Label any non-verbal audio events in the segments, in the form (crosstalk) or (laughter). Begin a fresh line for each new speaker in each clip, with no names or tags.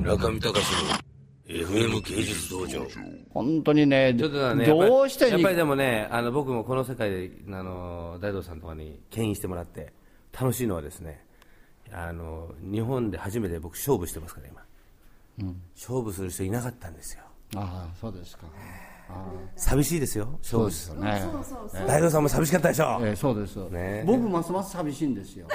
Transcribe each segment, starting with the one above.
中見隆の FM 芸術道場。
本当にね、
ちょっとだね、
どうし
や
て
っぱりやっ
に
ぱりでもね、あの僕もこの世界であの大道さんとかに牽引してもらって、楽しいのはですね、あの日本で初めて僕、勝負してますから、今、勝負する人いなかったんですよ、
ああそうですか
寂しいですよ、勝
そう
負
ですす
る
よね
の大道さんも寂しかったでしょ、
えーそうです、
ね
僕ますます寂しいん
(laughs)
ですよ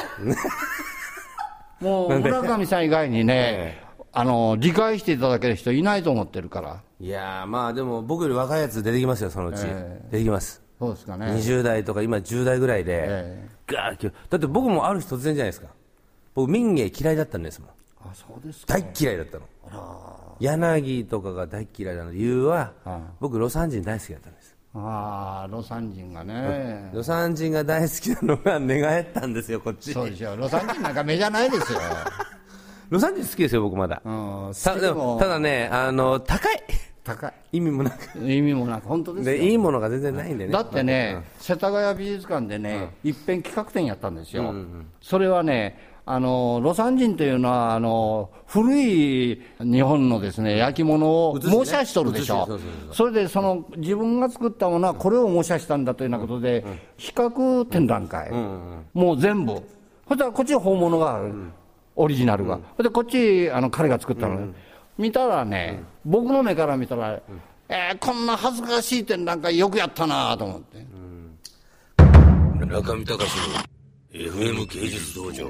もう村上さん以外にね、あの理解していただける人いないと思ってるから
いやー、まあでも僕より若いやつ出てきますよ、そのうち、
え
出てきます、
そうですかね
20代とか、今、10代ぐらいで、
え
ガーッだって僕もある日突然じゃないですか、僕、民芸嫌いだったんですもん。
あそうですか
大っ嫌いだったの柳とかが大っ嫌いなの理由は、僕魯山人大好きだったんです
ああ魯山人がね
魯山人が大好きなのが寝返ったんですよこっち
そうですよ魯山人なんか目じゃな
(laughs)
いですよ
魯山人好きですよ僕まだ
うん
た
好き
で
で
も
も
ただねあの高い
高い
意味もなく
意味もなく本当ですよ
でいいものが全然ないんでね
だってね、世田谷美術館でね、一遍企画展やったんですよ、それはね、あの魯山人というのはあの、古い日本のです、ね、焼き物を
写しね
模写しとるでし
写
ょ、
しそうそう
それでその自分が作ったものはこれを模写したんだというようなことで、比較展覧会、もう全部、そしたらこっち本物がある、オリジナルが、それでこっちあの彼が作ったの、見たらね、僕の目から見たら、えーこんな恥ずかしい展覧会、よくやったなと思って。
中見隆の FM 芸術道場。